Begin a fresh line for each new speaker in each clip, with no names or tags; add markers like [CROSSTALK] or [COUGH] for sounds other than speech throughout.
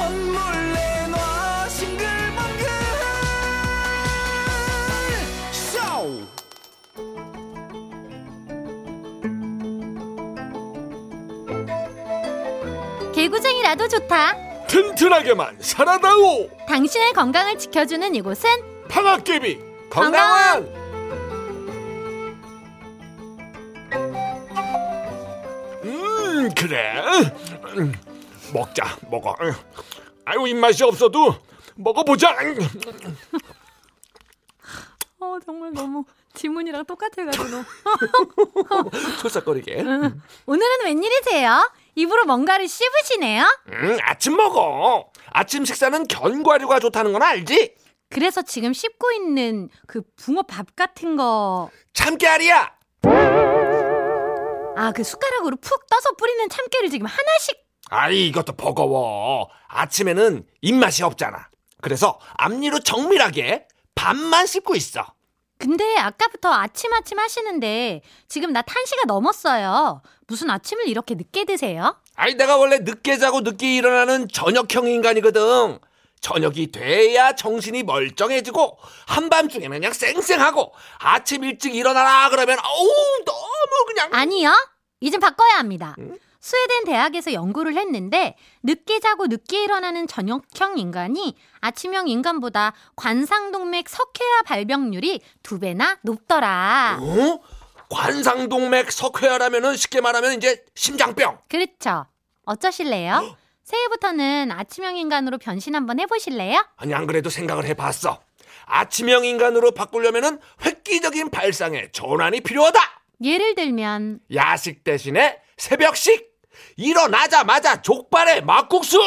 몰래 놔 싱글벙글 쇼
개구쟁이라도 좋다.
튼튼하게만 살아다오
당신의 건강을 지켜주는 이곳은
방학개비
건강한!
음 그래 음, 먹자 먹어 아유 입맛이 없어도 먹어보자
어 정말 너무 지문이랑 똑같아가지고
토삭거리게
[LAUGHS] 오늘은 웬일이세요? 입으로 뭔가를 씹으시네요?
음, 아침 먹어 아침 식사는 견과류가 좋다는 건 알지
그래서 지금 씹고 있는 그 붕어밥 같은 거.
참깨알이야
아, 그 숟가락으로 푹 떠서 뿌리는 참깨를 지금 하나씩.
아이 이것도 버거워 아침에는 입맛이 없잖아 그래서 앞니로 정밀하게 밥만 씹고 있어
근데 아까부터 아침아침 하시는데 지금 낮 1시가 넘었어요. 무슨 아침을 이렇게 늦게 드세요?
아니 내가 원래 늦게 자고 늦게 일어나는 저녁형 인간이거든. 저녁이 돼야 정신이 멀쩡해지고 한밤중에는 그냥 쌩쌩하고 아침 일찍 일어나라 그러면 어우 너무 그냥
아니요. 이젠 바꿔야 합니다. 스웨덴 대학에서 연구를 했는데 늦게 자고 늦게 일어나는 저녁형 인간이 아침형 인간보다 관상동맥 석회화 발병률이 두 배나 높더라.
어? 관상동맥 석회화라면은 쉽게 말하면 이제 심장병.
그렇죠. 어쩌실래요? 새해부터는 아침형 인간으로 변신 한번 해보실래요?
아니 안 그래도 생각을 해봤어. 아침형 인간으로 바꾸려면은 획기적인 발상의 전환이 필요하다.
예를 들면
야식 대신에 새벽식. 일어나자마자 족발에 막국수.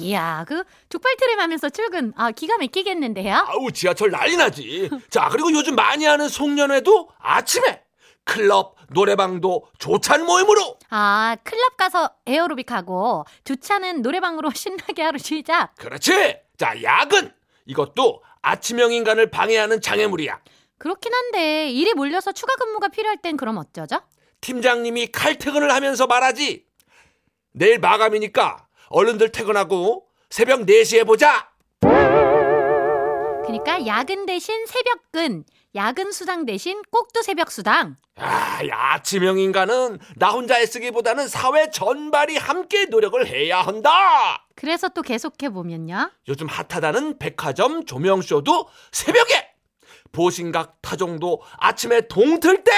이야 그 족발 트림 하면서 출근 아 기가 막히겠는데요?
아우 지하철 난리 나지. 자 그리고 요즘 많이 하는 송년회도 아침에 클럽 노래방도 조찬 모임으로.
아 클럽 가서 에어로빅 하고 조차는 노래방으로 [LAUGHS] 신나게 하루 쉬자
그렇지. 자 야근 이것도 아침형 인간을 방해하는 장애물이야.
그렇긴 한데 일이 몰려서 추가 근무가 필요할 땐 그럼 어쩌죠?
팀장님이 칼퇴근을 하면서 말하지. 내일 마감이니까 얼른들 퇴근하고 새벽 4시에 보자.
그러니까 야근 대신 새벽근 야근 수당 대신 꼭두 새벽 수당
아, 이 아침형 인간은 나 혼자 애쓰기보다는 사회 전반이 함께 노력을 해야 한다.
그래서 또 계속해보면요
요즘 핫하다는 백화점 조명쇼도 새벽에 보신각 타종도 아침에 동틀 때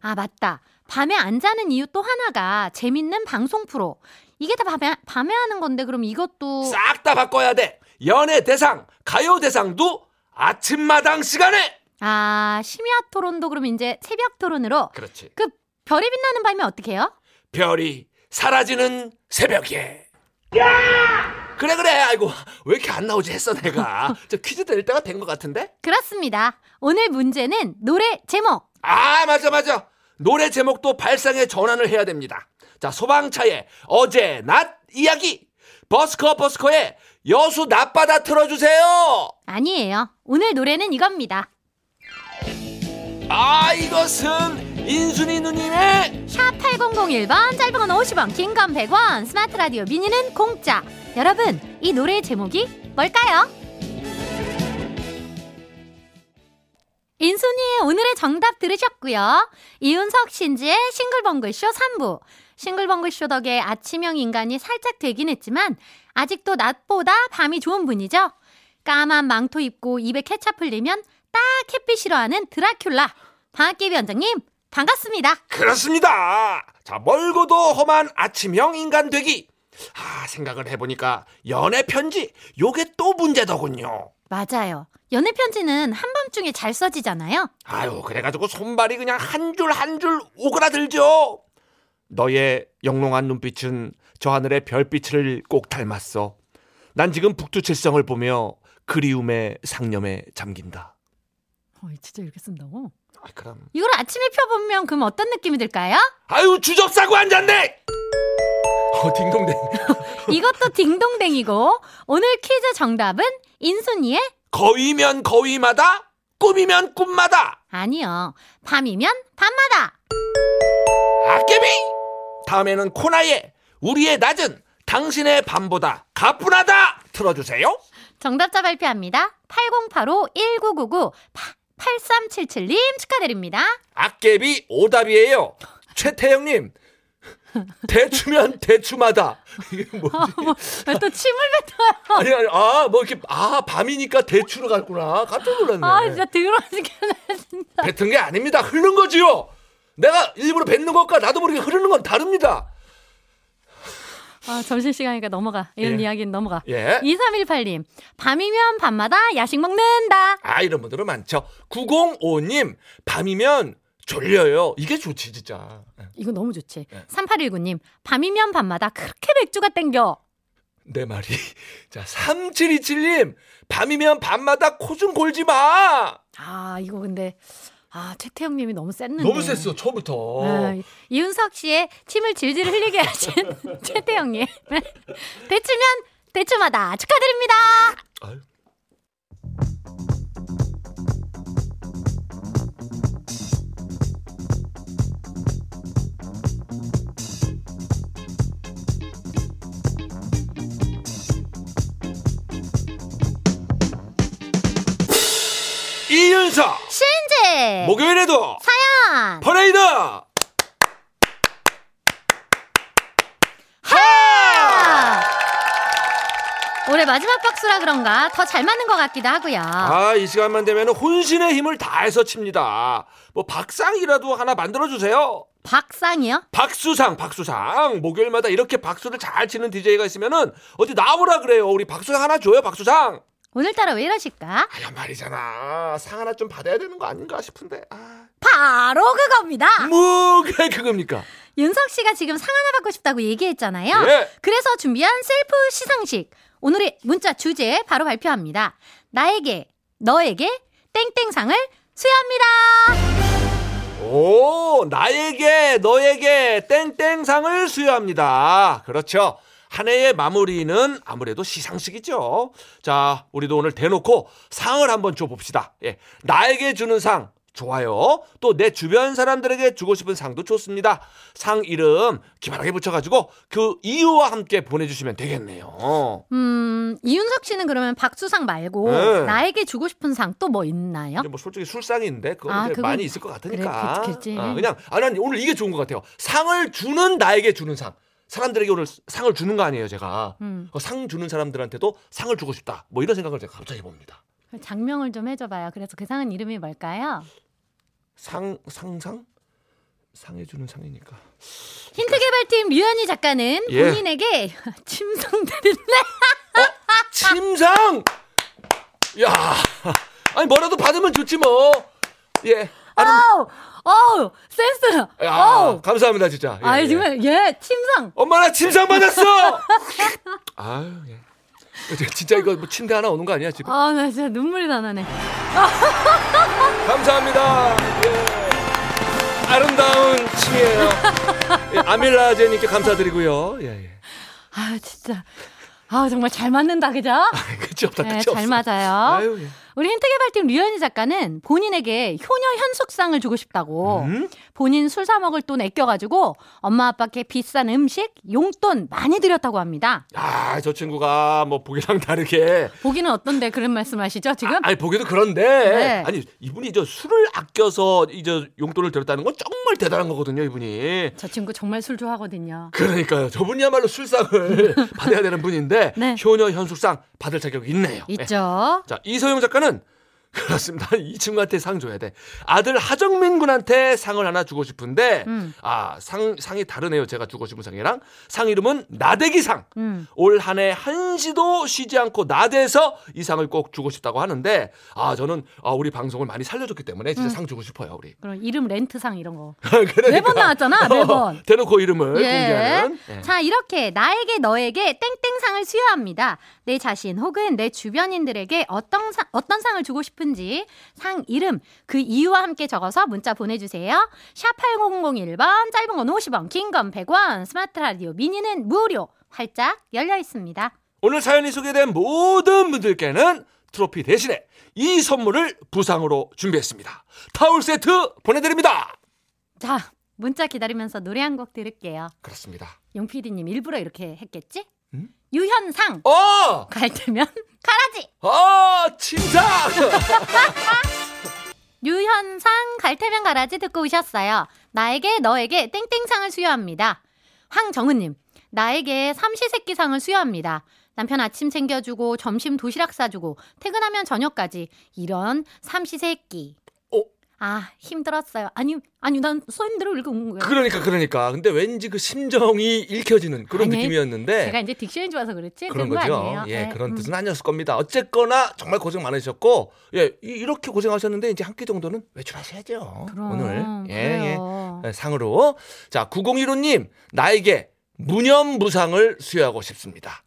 아 맞다 밤에 안 자는 이유 또 하나가 재밌는 방송 프로 이게 다 밤에, 밤에 하는 건데 그럼 이것도
싹 다 바꿔야 돼 연예 대상 가요 대상도 아침마당 시간에
아 심야 토론도 그럼 이제 새벽 토론으로
그렇지
그 별이 빛나는 밤에 어떻게 해요?
별이 사라지는 새벽에 그래 그래 아이고 왜 이렇게 안 나오지 했어 내가 저 퀴즈 될 때가 된 것 같은데
그렇습니다 오늘 문제는 노래 제목
아 맞아 맞아 노래 제목도 발상의 전환을 해야 됩니다 자 소방차의 어제 낮 이야기 버스커 버스커의 여수 낮바다 틀어주세요
아니에요 오늘 노래는 이겁니다
아 이것은 인순이 누님의
샵 8001번 짧은 건 50원 긴 건 100원 스마트 라디오 미니는 공짜 여러분 이 노래의 제목이 뭘까요? 인순이의 오늘의 정답 들으셨고요 이윤석 신지의 싱글벙글쇼 3부 싱글벙글쇼 덕에 아침형 인간이 살짝 되긴 했지만 아직도 낮보다 밤이 좋은 분이죠 까만 망토 입고 입에 케찹 흘리면 딱 햇빛 싫어하는 드라큘라 방학기 위원장님 반갑습니다
그렇습니다 자 멀고도 험한 아침형 인간 되기 아 생각을 해보니까 연애 편지 요게 또 문제더군요
맞아요. 연애 편지는 한밤중에 잘 써지잖아요.
아유 그래가지고 손발이 그냥 한 줄 한 줄 오그라들죠 너의 영롱한 눈빛은 저 하늘의 별빛을 꼭 닮았어 난 지금 북두칠성을 보며 그리움의 상념에 잠긴다
진짜 이렇게 쓴다고?
아 그럼
이걸 아침에 펴보면 그럼 어떤 느낌이 들까요?
아유 주접 사고 한 잔데 어 딩동댕
이것도 딩동댕이고 오늘 퀴즈 정답은 인순이의
거위면 거위마다 꿈이면 꿈마다
아니요. 밤이면 밤마다.
아깨비 다음에는 코나의 우리의 낮은 당신의 밤보다 가뿐하다 틀어주세요.
정답자 발표합니다. 8085-1999-8377님 축하드립니다.
악개비 오답이에요. 최태영님 대추면 대추마다 이게 뭐지?
또 침을 뱉어요.
아니 아니 아뭐 이렇게 아 밤이니까 대추로 갔구나 깜짝 놀랐네.
아, 진짜 더러워지게 진짜.
뱉은 게 아닙니다. 흐른 거지요. 내가 일부러 뱉는 것과 나도 모르게 흐르는 건 다릅니다.
아, 점심시간이니까 넘어가. 이런
예.
이야기는 넘어가.
예.
2318님, 밤이면 밤마다 야식 먹는다.
아 이런 분들은 많죠. 905님 밤이면 졸려요. 이게 좋지 진짜.
이거 너무 좋지.
예.
3819님, 밤이면 밤마다 그렇게 맥주가 땡겨.
내 말이. [LAUGHS] 자 3727님 밤이면 밤마다 코 좀 골지 마.
아, 이거 근데, 아, 최태형님이 너무 쎘는데.
너무 셌어 처음부터.
아, 이윤석 씨의 침을 질질 흘리게 하신 [LAUGHS] 최태형님. [LAUGHS] 대추면 대추마다 축하드립니다.
아유. 이윤석
신지!
목요일에도
사연!
퍼레이드 하!
올해 마지막 박수라 그런가 더 잘 맞는 것 같기도 하고요.
아, 이 시간만 되면 혼신의 힘을 다해서 칩니다. 뭐 박상이라도 하나 만들어 주세요.
박상이요?
박수상, 박수상. 목요일마다 이렇게 박수를 잘 치는 DJ가 있으면은 어디 나오라 그래요. 우리 박수상 하나 줘요, 박수상.
오늘따라 왜 이러실까?
아야 말이잖아. 상 하나 좀 받아야 되는 거 아닌가 싶은데. 아.
바로 그겁니다.
뭐 그게 그겁니까?
윤석 씨가 지금 상 하나 받고 싶다고 얘기했잖아요.
예.
그래서 준비한 셀프 시상식. 오늘의 문자 주제 바로 발표합니다. 나에게, 너에게 땡땡상을 수여합니다.
오, 나에게, 너에게 땡땡상을 수여합니다. 그렇죠. 한 해의 마무리는 아무래도 시상식이죠. 자, 우리도 오늘 대놓고 상을 한번 줘봅시다. 예. 나에게 주는 상. 좋아요. 또 내 주변 사람들에게 주고 싶은 상도 좋습니다. 상 이름 기발하게 붙여가지고 그 이유와 함께 보내주시면 되겠네요.
음, 이윤석 씨는 그러면 박수상 말고
네.
나에게 주고 싶은 상 또 뭐 있나요?
근데 뭐 솔직히 술상인데 그건
아,
이제
그건-
많이 있을 것 같으니까.
그래, 그렇- 그렇지.
어, 그냥 아, 난 오늘 이게 좋은 것 같아요. 상을 주는 나에게 주는 상. 사람들에게 오늘 상을 주는 거 아니에요, 제가.
음,
어, 상 주는 사람들한테도 상을 주고 싶다. 뭐 이런 생각을 제가 갑자기 봅니다.
장명을 좀 해줘봐요. 그래서 그 상은 이름이 뭘까요?
상 상상 상해 주는 상이니까.
힌트 개발팀 류현희 작가는
예.
본인에게 [LAUGHS] 침상 드릴래?
침상. 야. 아니 뭐라도 받으면 좋지 뭐. 예. 아름...
어우, 어우, 센스!
야,
어우!
감사합니다 진짜. 예,
아,
예.
정말, 예, 침상!
엄마 나 침상 받았어. [LAUGHS] 아유 예. 진짜 이거 뭐 침대 하나 오는 거 아니야 지금?
아, 나 진짜 눈물이 다 나네.
감사합니다. 예. 아름다운 칭이에요. 예, 아밀라제님께 감사드리고요. 예, 예. [LAUGHS]
아, 진짜. 아, 정말 잘 맞는다, 그죠?
그치 없다
네,
아, 그치 없어.
잘 맞아요.
아유, 예.
우리 힌트 개발팀 류현희 작가는 본인에게 효녀 현숙상을 주고 싶다고
음?
본인 술 사 먹을 돈 아껴가지고 엄마 아빠께 비싼 음식, 용돈 많이 드렸다고 합니다.
아, 저 친구가 뭐 보기랑 다르게
보기는 어떤데 그런 말씀하시죠, 지금?
아, 아니 보기도 그런데
네.
아니 이분이 저 술을 아껴서 이제 용돈을 들었다는 건 정말 대단한 거거든요, 이분이.
저 친구 정말 술 좋아하거든요.
그러니까요. 저분이야말로 술상을 [LAUGHS] 받아야 되는 분인데
네.
효녀 현숙상 받을 자격이 있네요. 예.
있죠.
자, 이소영 작가는 [LAUGHS] 그렇습니다. 이 친구한테 상 줘야 돼. 아들 하정민 군한테 상을 하나 주고 싶은데
음.
아, 상 상이 다르네요. 제가 주고 싶은 상이랑 상 이름은 나대기상.
음.
올 한 해 한시도 쉬지 않고 나대서 이 상을 꼭 주고 싶다고 하는데 아, 저는 아, 우리 방송을 많이 살려줬기 때문에
음.
진짜 상 주고 싶어요, 우리.
그럼 이름 렌트상 이런 거.
[LAUGHS] 그러니까.
매번 나왔잖아, 매번.
대놓고 그 이름을
예.
공개하는. 예.
자, 이렇게 나에게 너에게 땡땡상을 수여합니다. 내 자신 혹은 내 주변인들에게 어떤 상, 어떤 상을 주고 싶은지 상 이름, 그 이유와 함께 적어서 문자 보내주세요. 샵 8001번, 짧은 건 50원, 긴 건 100원, 스마트 라디오 미니는 무료, 활짝 열려 있습니다.
오늘 사연이 소개된 모든 분들께는 트로피 대신에 이 선물을 부상으로 준비했습니다. 타올 세트 보내드립니다.
자, 문자 기다리면서 노래 한 곡 들을게요.
그렇습니다.
용 PD님 일부러 이렇게 했겠지?
음?
유현상
어!
갈 때면 [LAUGHS] 가라지.
아,
어! 침상!
유현상 갈 때면 가라지 듣고 오셨어요. 나에게 너에게 땡땡상을 수여합니다. 황정은님 나에게 삼시세끼상을 수여합니다. 남편 아침 챙겨주고 점심 도시락 싸주고 퇴근하면 저녁까지 이런 삼시세끼.
어?
아 힘들었어요. 아니 아니 난 손님대로 읽은 거예요.
[LAUGHS] 그러니까 그러니까 근데 왠지 그 심정이 읽혀지는 그런
아니,
느낌이었는데
제가 이제 딕션이 좋아서 그렇지 그런
그런
거
거죠.
아니에요.
예,
네,
그런
음.
뜻은 아니었을 겁니다. 어쨌거나 정말 고생 많으셨고 예, 이- 이렇게 고생하셨는데 이제 한 끼 정도는 외출하셔야죠.
그럼,
오늘 예,
그래요.
예. 상으로 자 9015님 나에게 무념무상을 수여하고 싶습니다.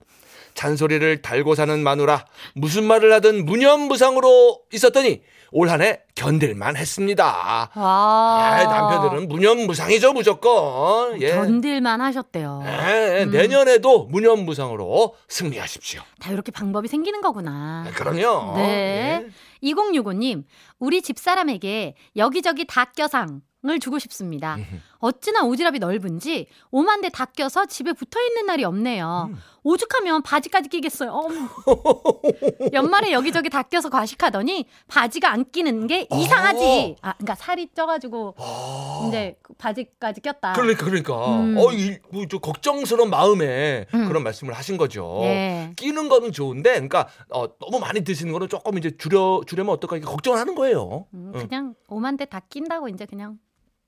잔소리를 달고 사는 마누라 무슨 말을 하든 무념무상으로 있었더니 올 한 해 견딜만 했습니다.
와.
아, 남편들은 무념무상이죠 무조건. 예.
견딜만 하셨대요.
예,
음.
예. 내년에도 무념무상으로 승리하십시오.
다 이렇게 방법이 생기는 거구나.
아, 그럼요. 예.
네. 2065님, 우리 집사람에게 여기저기 닭겨상을 주고
[LAUGHS]
싶습니다. 어찌나 오지랖이 넓은지 오만데 닦여서 집에 붙어 있는 날이 없네요.
음.
오죽하면 바지까지 끼겠어요.
[LAUGHS]
어머. 연말에 여기저기 닦여서 과식하더니 바지가 안 끼는 게
어.
이상하지. 아, 그러니까 살이 쪄가지고 이제
어.
그 바지까지 꼈다.
아, 그러니까 그러니까
음.
어, 이, 뭐좀 걱정스러운 마음에
음.
그런 말씀을 하신 거죠.
예.
끼는 거는 좋은데, 그러니까 어, 너무 많이 드시는 거는 조금 이제 줄여 줄여면 어떨까 이렇게 걱정하는 거예요.
음,
응.
그냥 오만데 다 낀다고 이제 그냥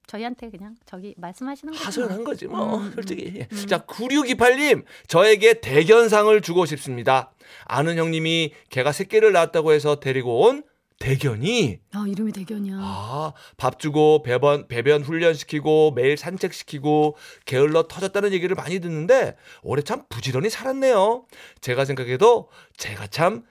저희한테 그냥 저기 말씀하시는 거죠.
하소연한 거지 뭐
음, 음,
솔직히 자 9628님 저에게 대견상을 주고 싶습니다 아는 형님이 개가 새끼를 낳았다고 해서 데리고 온 대견이
아, 이름이 대견이야.
아, 밥 주고 배변 배변 훈련시키고 매일 산책시키고 게을러 터졌다는 얘기를 많이 듣는데 올해 참 부지런히 살았네요. 제가 생각해도 제가 참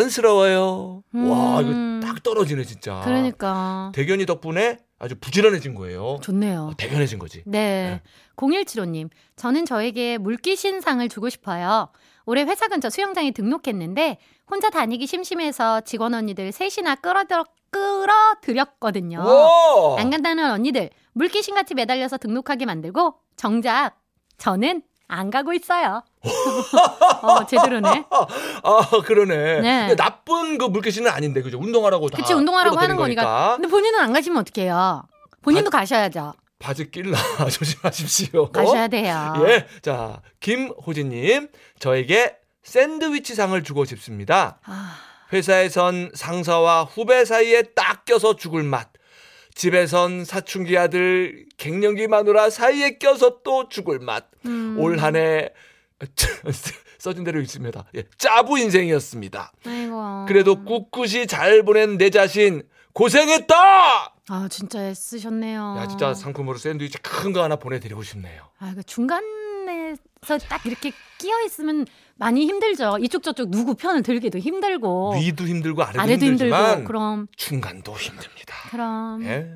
대견스러워요. 와,
음.
이거 딱 떨어지네 진짜.
그러니까
대견이 덕분에 아주 부지런해진 거예요. 어,
좋네요.
대견해진 거지.
네. 0175님, 저는 저에게 물귀신상을 주고 싶어요. 올해 회사 근처 수영장에 등록했는데 혼자 다니기 심심해서 직원 언니들 셋이나 끌어들, 끌어들였거든요.
와!
안 간다는 언니들 물귀신같이 매달려서 등록하게 만들고 정작 저는 안 가고
[LAUGHS]
있어요. 어, 제대로네.
아, 그러네.
네.
근데 나쁜 그 물개신은 아닌데 그죠? 운동하라고 다.
그치, 운동하라고 하는
끌어들인
거니까. 근데 본인은 안 가시면 어떡해요. 본인도 가셔야죠.
바지 낄라 [LAUGHS] 조심하십시오.
가셔야 돼요.
예. 자, 김호진님, 저에게 샌드위치 상을 주고 싶습니다.
아.
회사에선 상사와 후배 사이에 딱 껴서 죽을 맛. 집에선 사춘기 아들, 갱년기 마누라 사이에 껴서 또 죽을 맛.
음.
올 한 해, [LAUGHS] 써진 대로 있습니다. 예, 짜부 인생이었습니다.
아이고.
그래도 꿋꿋이 잘 보낸 내 자신, 고생했다!
아 진짜 애쓰셨네요.
야, 진짜 상품으로 샌드위치 큰 거 하나 보내드리고 싶네요.
아 이거 중간에서 딱 이렇게 끼어 있으면 많이 힘들죠. 이쪽 저쪽 누구 편을 들기도 힘들고
위도 힘들고 아래도,
어. 아래도
힘들지만
힘들고 그럼
중간도 힘듭니다.
그럼
예.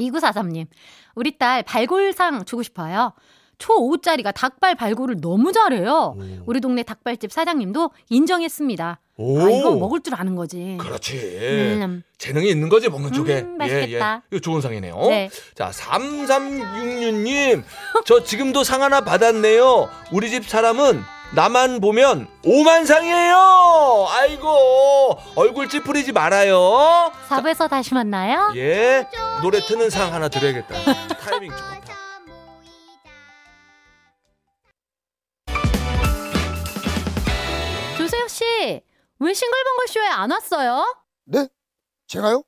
2943님 우리 딸 발골상 주고 싶어요. 초 5짜리가 닭발 발골을 너무 잘해요. 우리 동네 닭발집 사장님도 인정했습니다.
오.
아 이거 먹을 줄 아는 거지.
그렇지.
음.
재능이 있는 거지 먹는
음,
쪽에. 예,
맛있겠다.
이거 좋은 상이네요.
네.
자, 3366님. 저 지금도 상 하나 받았네요. 우리 집 사람은 나만 보면 오만상이에요. 아이고. 얼굴 찌푸리지 말아요.
4부에서 다시 만나요.
예. 노래 트는 상 하나 드려야겠다. 타이밍 좋다. 예.
조세혁 씨, 왜 싱글벙글 쇼에 안 왔어요?
네? 제가요?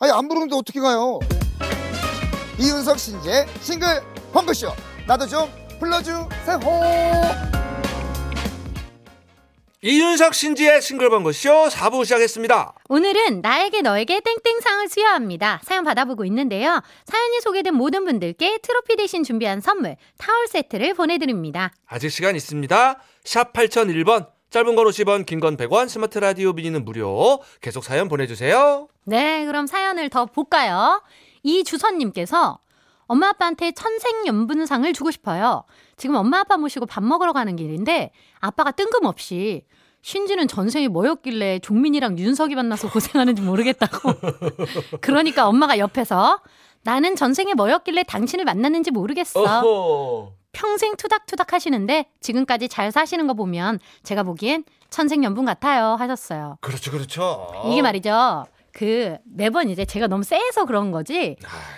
아니 안 부르는데 어떻게 가요? 이윤석 신재 싱글 펑크쇼 나도 좀 불러주세요.
이윤석 신지의 싱글벙글쇼 4부 시작했습니다.
오늘은 나에게 너에게 땡땡상을 수여합니다. 사연 받아보고 있는데요. 사연이 소개된 모든 분들께 트로피 대신 준비한 선물 타월 세트를 보내드립니다.
아직 시간 있습니다. 샵 8001번, 짧은 건 50원, 긴 건 100원, 스마트 라디오 미니는 무료. 계속 사연 보내주세요.
네, 그럼 사연을 더 볼까요? 이주선님께서 엄마 아빠한테 천생연분상을 주고 싶어요. 지금 엄마 아빠 모시고 밥 먹으러 가는 길인데 아빠가 뜬금없이 신지는 전생이 뭐였길래 종민이랑 윤석이 만나서 고생하는지 모르겠다고. [LAUGHS] 그러니까 엄마가 옆에서 나는 전생에 뭐였길래 당신을 만났는지 모르겠어.
어허.
평생 투닥투닥 하시는데 지금까지 잘 사시는 거 보면 제가 보기엔 천생연분 같아요 하셨어요.
그렇죠, 그렇죠.
이게 말이죠. 그 매번 이제 제가 너무 세서 그런 거지.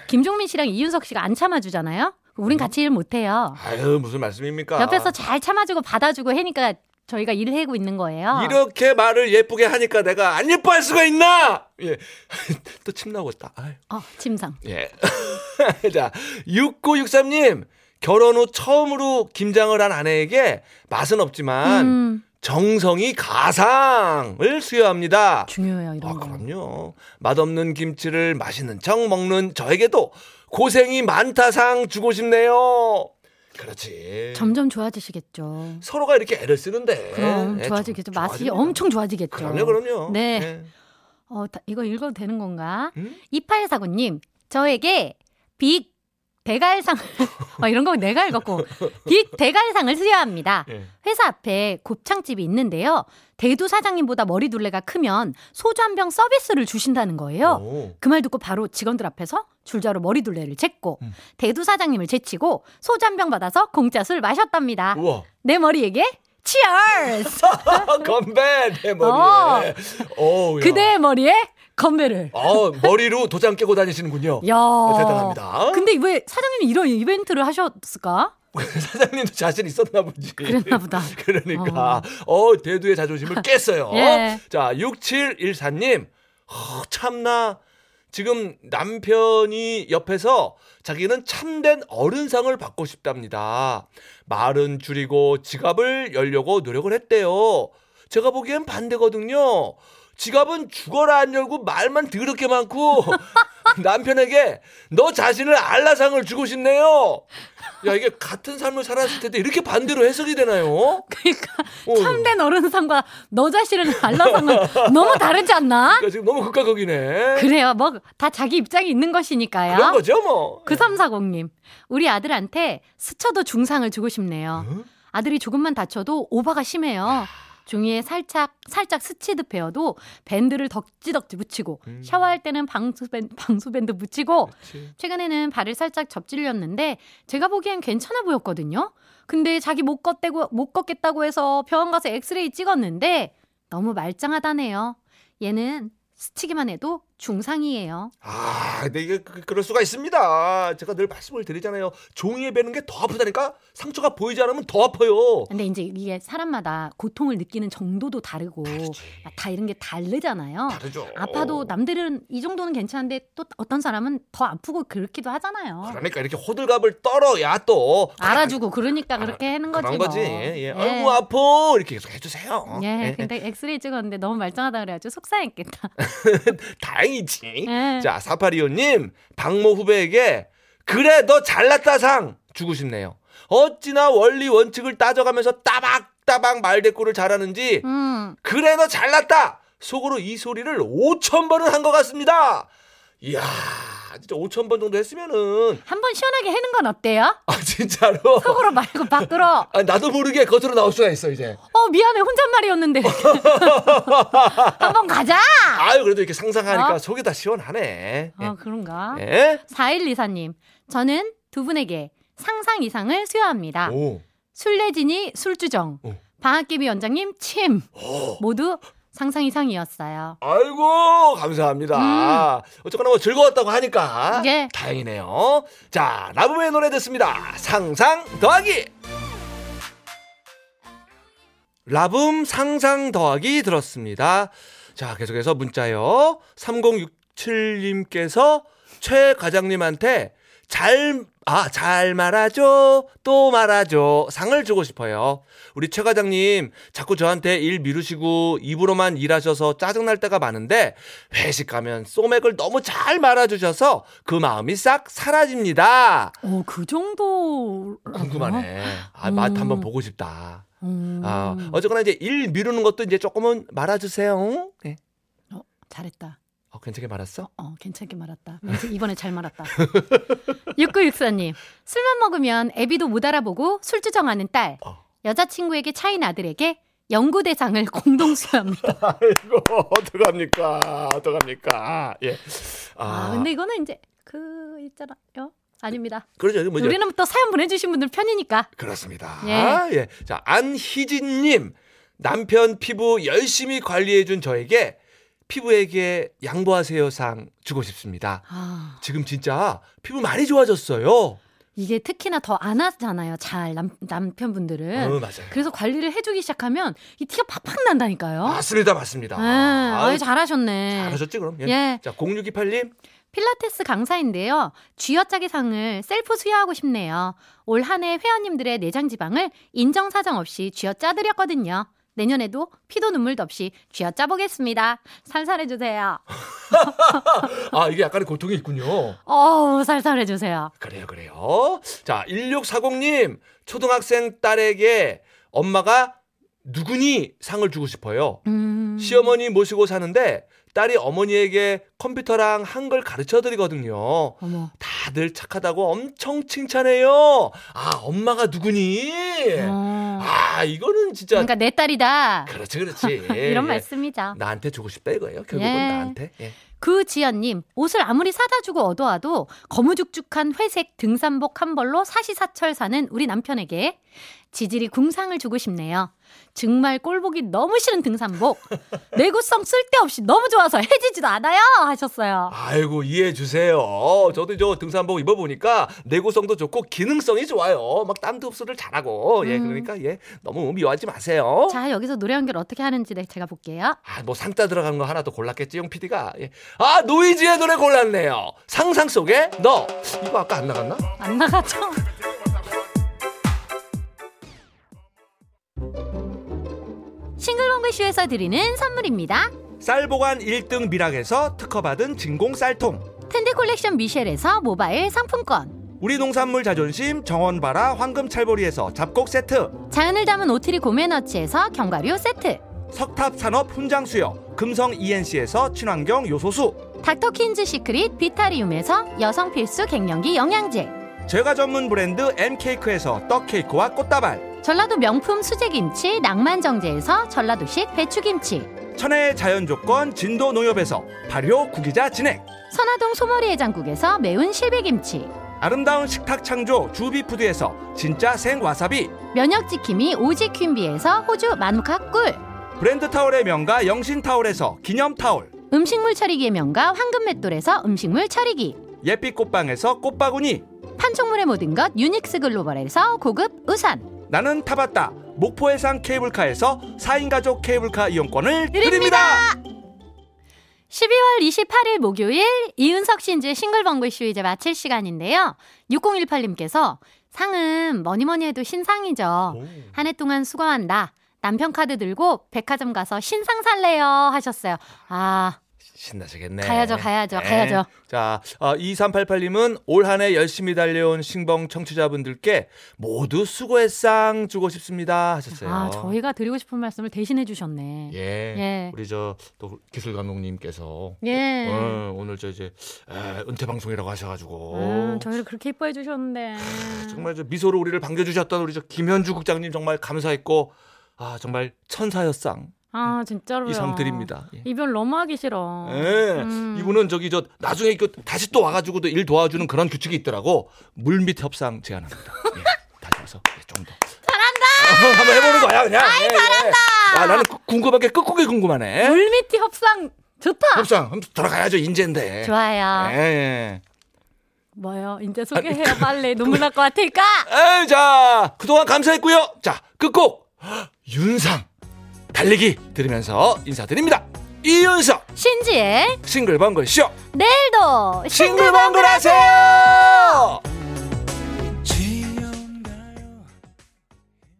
김종민 씨랑 이윤석 씨가 안 참아주잖아요. 우린 같이 일 못해요.
음. 아유 무슨 말씀입니까?
옆에서 잘 참아주고 받아주고 해니까 저희가 일을 해고 있는 거예요.
이렇게 말을 예쁘게 하니까 내가 안 예뻐할 수가 있나? 예. [LAUGHS] 또 침 나오겠다. 아유.
어, 침상.
예. [LAUGHS] 자, 6963님. 결혼 후 처음으로 김장을 한 아내에게 맛은 없지만
음,
정성이 가상을 수여합니다.
중요해요 이런
아,
거.
그럼요. 맛없는 김치를 맛있는 척 먹는 저에게도 고생이 많다상 주고 싶네요. 그렇지.
점점 좋아지시겠죠.
서로가 이렇게 애를 쓰는데.
그럼
예,
좋아지겠죠.
점-
맛이
좋아집니다.
엄청 좋아지겠죠.
그럼요, 그럼요.
네.
예.
어, 다- 이거 읽어도 되는 건가?
음?
2849님, 저에게 빅 대갈상, [LAUGHS] 아, 이런 거 내가 읽었고, 빅 대갈상을 수여합니다.
예.
회사 앞에 곱창집이 있는데요. 대두 사장님보다 머리 둘레가 크면 소주 한 병 서비스를 주신다는 거예요.
오.
그 말 듣고 바로 직원들 앞에서 줄자로 머리 둘레를 쟀고,
음.
대두 사장님을 제치고 소주 한 병 받아서 공짜 술 마셨답니다.
우와.
내 머리에게 치얼스!
[LAUGHS] 건배 내
어.
머리에. 어.
그대의 머리에 건배를.
어, 머리로 도장 깨고 다니시는군요.
야
아,
그-
대단합니다.
근데 왜 사장님이 이런 이벤트를 하셨을까?
사장님도 자신 있었나 보지.
그랬나 보다.
[LAUGHS] 그러니까 어,
[LAUGHS]
대두의 자존심을 깼어요.
예.
자, 6714님. 허, 참나. 지금 남편이 옆에서 자기는 참된 어른상을 받고 싶답니다. 말은 줄이고 지갑을 열려고 노력을 했대요. 제가 보기엔 반대거든요. 지갑은 죽어라 안 열고 말만 더럽게 많고 [LAUGHS] 남편에게 너 자신을 알라상을 주고 싶네요. 야 이게 같은 삶을 살았을 텐데 이렇게 반대로 해석이 되나요?
그러니까
어.
참된 어른상과 너 자신을 알라상은 너무 다르지 않나?
그러니까 지금 너무 극과 극이네.
그래요. 뭐 다 자기 입장이 있는
그런
것이니까요.
거죠 뭐.
그 340님, 우리 아들한테 스쳐도 중상을 주고
어?
싶네요. 아들이 조금만 다쳐도 오바가 심해요. 종이에 살짝 살짝 스치듯 베어도 밴드를 덕지덕지 붙이고
음.
샤워할 때는 방수밴 방수밴드 붙이고
그치.
최근에는 발을 살짝 접질렸는데 제가 보기엔 괜찮아 보였거든요. 근데 자기 못 걷대고 못 걷겠다고 해서 병원 가서 엑스레이 찍었는데 너무 말짱하다네요. 얘는 스치기만 해도 중상이에요.
아, 근데 이게 그- 그럴 수가 있습니다. 제가 늘 말씀을 드리잖아요. 종이에 베는 게 더 아프다니까 상처가 보이지 않으면 더 아파요.
근데 이제 이게 사람마다 고통을 느끼는 정도도 다르고 막다 이런 게 다르잖아요.
다르죠. 어.
아파도 남들은 이 정도는 괜찮은데 또 어떤 사람은 더 아프고 그렇기도 하잖아요.
그러니까 이렇게 호들갑을 떨어야 또
알아주고 그러니까 그렇게 하는 거지.
그런
뭐.
거지. 예.
예.
아이고 아파 이렇게 계속 해주세요.
예,
예.
근데 엑스레이 찍었는데 너무 말짱하다 그래가지고 속상했겠다.
다행이지.
예.
자, 사파리오님, 박모 후배에게 그래 너 잘났다 상 주고 싶네요. 어찌나 원리 원칙을 따져가면서 따박따박 말대꾸를 잘하는지
음.
그래 너 잘났다 속으로 이 소리를 5천 번은 한 것 같습니다. 이야 진짜 5천 번 정도 했으면은
한 번 시원하게 해는 건 어때요?
아 진짜로
속으로 말고 밖으로.
아, 나도 모르게 겉으로 나올 수가 있어 이제.
어 미안해 혼잣말이었는데. [LAUGHS] 한 번 가자.
아유 그래도 이렇게 상상하니까
어?
속이 다 시원하네.
아 그런가.
예. 예?
4124님 저는 두 분에게 상상 이상을 수여합니다.
오.
술래진이 술주정,
어.
방학개비 원장님 침
오.
모두 상상 이상이었어요.
아이고 감사합니다. 어쨌거나 뭐 즐거웠다고 하니까
음. 예.
다행이네요. 자 라붐의 노래 듣습니다. 상상 더하기. 라붐 상상 더하기 들었습니다. 자 계속해서 문자요. 3067님께서 최 과장님한테 잘, 아, 잘 말아줘. 또 말아줘. 상을 주고 싶어요. 우리 최 과장님, 자꾸 저한테 일 미루시고 입으로만 일하셔서 짜증날 때가 많은데, 회식 가면 소맥을 너무 잘 말아주셔서 그 마음이 싹 사라집니다.
오 그 정도.
궁금하네. 아, 맛 한번 보고 싶다.
음,
아, 어쨌거나 이제 일 미루는 것도 이제 조금은 말아주세요. 예.
어, 잘했다.
어, 괜찮게 [LAUGHS] 말았어?
어, 괜찮게 말았다. 왠지 이번에 잘 말았다. [LAUGHS] 6964님, 술만 먹으면 애비도 못 알아보고 술주정하는 딸.
어.
여자친구에게 차인 아들에게 연구대상을 [LAUGHS] 공동 수여합니다.
이거 어떡합니까? 어떡합니까? 예.
아, 근데 이거는 이제 그 있잖아요. 아닙니다.
그러죠. 이게 뭐죠?
우리는 또 사연 보내주신 분들 편이니까.
그렇습니다.
예.
아, 예. 자, 안희진님. 남편 피부 열심히 관리해준 저에게 피부에게 양보하세요 상 주고 싶습니다.
아,
지금 진짜 피부 많이 좋아졌어요.
이게 특히나 더 안 하잖아요. 잘 남, 남편분들은.
어, 맞아요.
그래서 관리를 해주기 시작하면 이 티가 팍팍 난다니까요.
맞습니다, 맞습니다.
어? 예,
아,
아유, 잘하셨네.
잘하셨지 그럼. 예.
예.
자, 0628님.
필라테스 강사인데요. 쥐어짜기 상을 셀프 수여하고 싶네요. 올 한 해 회원님들의 내장 지방을 인정 사정 없이 쥐어짜드렸거든요. 내년에도 피도 눈물도 없이 쥐어짜 보겠습니다. 살살해 주세요.
아, 이게 약간의 고통이 있군요.
어우, 살살해 주세요.
그래요, 그래요. 자, 1640님. 초등학생 딸에게 엄마가 누구니 상을 주고 싶어요.
음.
시어머니 모시고 사는데 딸이 어머니에게 컴퓨터랑 한글 가르쳐 드리거든요.
어머.
다들 착하다고 엄청 칭찬해요. 아, 엄마가 누구니?
어.
예. 아, 이거는 진짜.
그러니까 내 딸이다.
그렇지, 그렇지.
[LAUGHS] 이런
예.
말씀이죠.
나한테 주고 싶다 이거예요. 결국은
예.
나한테. 예.
그 구지연님, 옷을 아무리 사다 주고 얻어와도 거무죽죽한 회색 등산복 한 벌로 사시사철 사는 우리 남편에게 지질이 궁상을 주고 싶네요. 정말 꼴보기 너무 싫은 등산복. 내구성 쓸데없이 너무 좋아서 해지지도 않아요. 하셨어요.
아이고 이해해 주세요. 어, 저도 저 등산복 입어 보니까 내구성도 좋고 기능성이 좋아요. 막 땀도 흡수를 잘하고 예
음.
그러니까 예 너무 미워하지 마세요.
자, 여기서 노래 연결 어떻게 하는지 내- 제가 볼게요.
아뭐 상따 들어간 거 하나 더 골랐겠지 용 PD가. 예. 아 노이즈의 노래 골랐네요. 상상 속에 너 이거 아까 안 나갔나?
안 나가죠? 싱글벙글쇼에서 드리는 선물입니다.
쌀 보관 1등 미락에서 특허받은 진공 쌀통.
텐데 콜렉션 미셸에서 모바일 상품권.
우리 농산물 자존심 정원바라 황금 찰보리에서 잡곡 세트.
자연을 담은 오트리 고메너치에서 견과류 세트
석탑 산업 훈장 수여 금성 ENC에서 친환경 요소수.
닥터킨즈 시크릿 비타리움에서 여성 필수 갱년기 영양제
제과 전문 브랜드 M케이크에서 떡케이크와 꽃다발
전라도 명품 수제김치 낭만정제에서 전라도식 배추김치
천혜의 자연조건 진도농협에서 발효 구기자 진액
선화동 소머리 해장국에서 매운 실비김치
아름다운 식탁 창조 주비푸드에서 진짜 생와사비
면역지킴이 오지퀸비에서 호주 마누카 꿀
브랜드 타올의 명가 영신타올에서 기념타올
음식물 처리기의 명가 황금맷돌에서 음식물 처리기
예빛 꽃방에서 꽃바구니
판촉물의 모든 것 유닉스 글로벌에서 고급 우산
나는 타봤다 목포해상 케이블카에서 4인 가족 케이블카 이용권을 드립니다,
12월 28일 목요일 이은석 신지의 싱글벙글 쇼 이제 마칠 시간인데요. 6018님께서 상은 뭐니 뭐니 해도 신상이죠. 한 해 동안 수고한다. 남편 카드 들고 백화점 가서 신상 살래요 하셨어요. 아,
신나시겠네.
가야죠, 가야죠, 가야죠.
자, 어, 2388님은 올 한 해 열심히 달려온 신봉 청취자분들께 모두 수고의 쌍 주고 싶습니다 하셨어요.
아 저희가 드리고 싶은 말씀을 대신해 주셨네.
예.
예.
우리 저 또 기술 감독님께서
예.
어, 오늘 저 이제 에, 은퇴 방송이라고 하셔가지고
음, 저희를 그렇게 예뻐해 주셨는데.
아, 정말 저 미소로 우리를 반겨주셨던 우리 저 김현주 국장님 정말 감사했고 아 정말 천사의 쌍
아, 진짜로요.
이상 드립니다. 예.
이별 너무 하기 싫어.
예.
음.
이분은 저기 저 나중에 그 다시 또 와가지고 도일 도와주는 그런 규칙이 있더라고 물밑 협상 제안합니다. 예. 다시 와서 예, 좀 더. 어, 잘한다. 한번 해보는 거야 그냥. 아이 잘한다. 아 나는 그- 궁금한 게 끝곡이 궁금하네.
물밑이 협상 좋다.
협상 한번 들어가야죠 인제인데.
좋아요.
예, 예.
뭐요? 이제 소개해요 빨리 눈물 날 것 같으니까.
에이, 자 그동안 감사했고요. 자 끝곡 헉, 윤상 달리기 들으면서 인사드립니다. 이윤석
신지의
싱글벙글 쇼
내일도 싱글.
싱글벙글 하세요.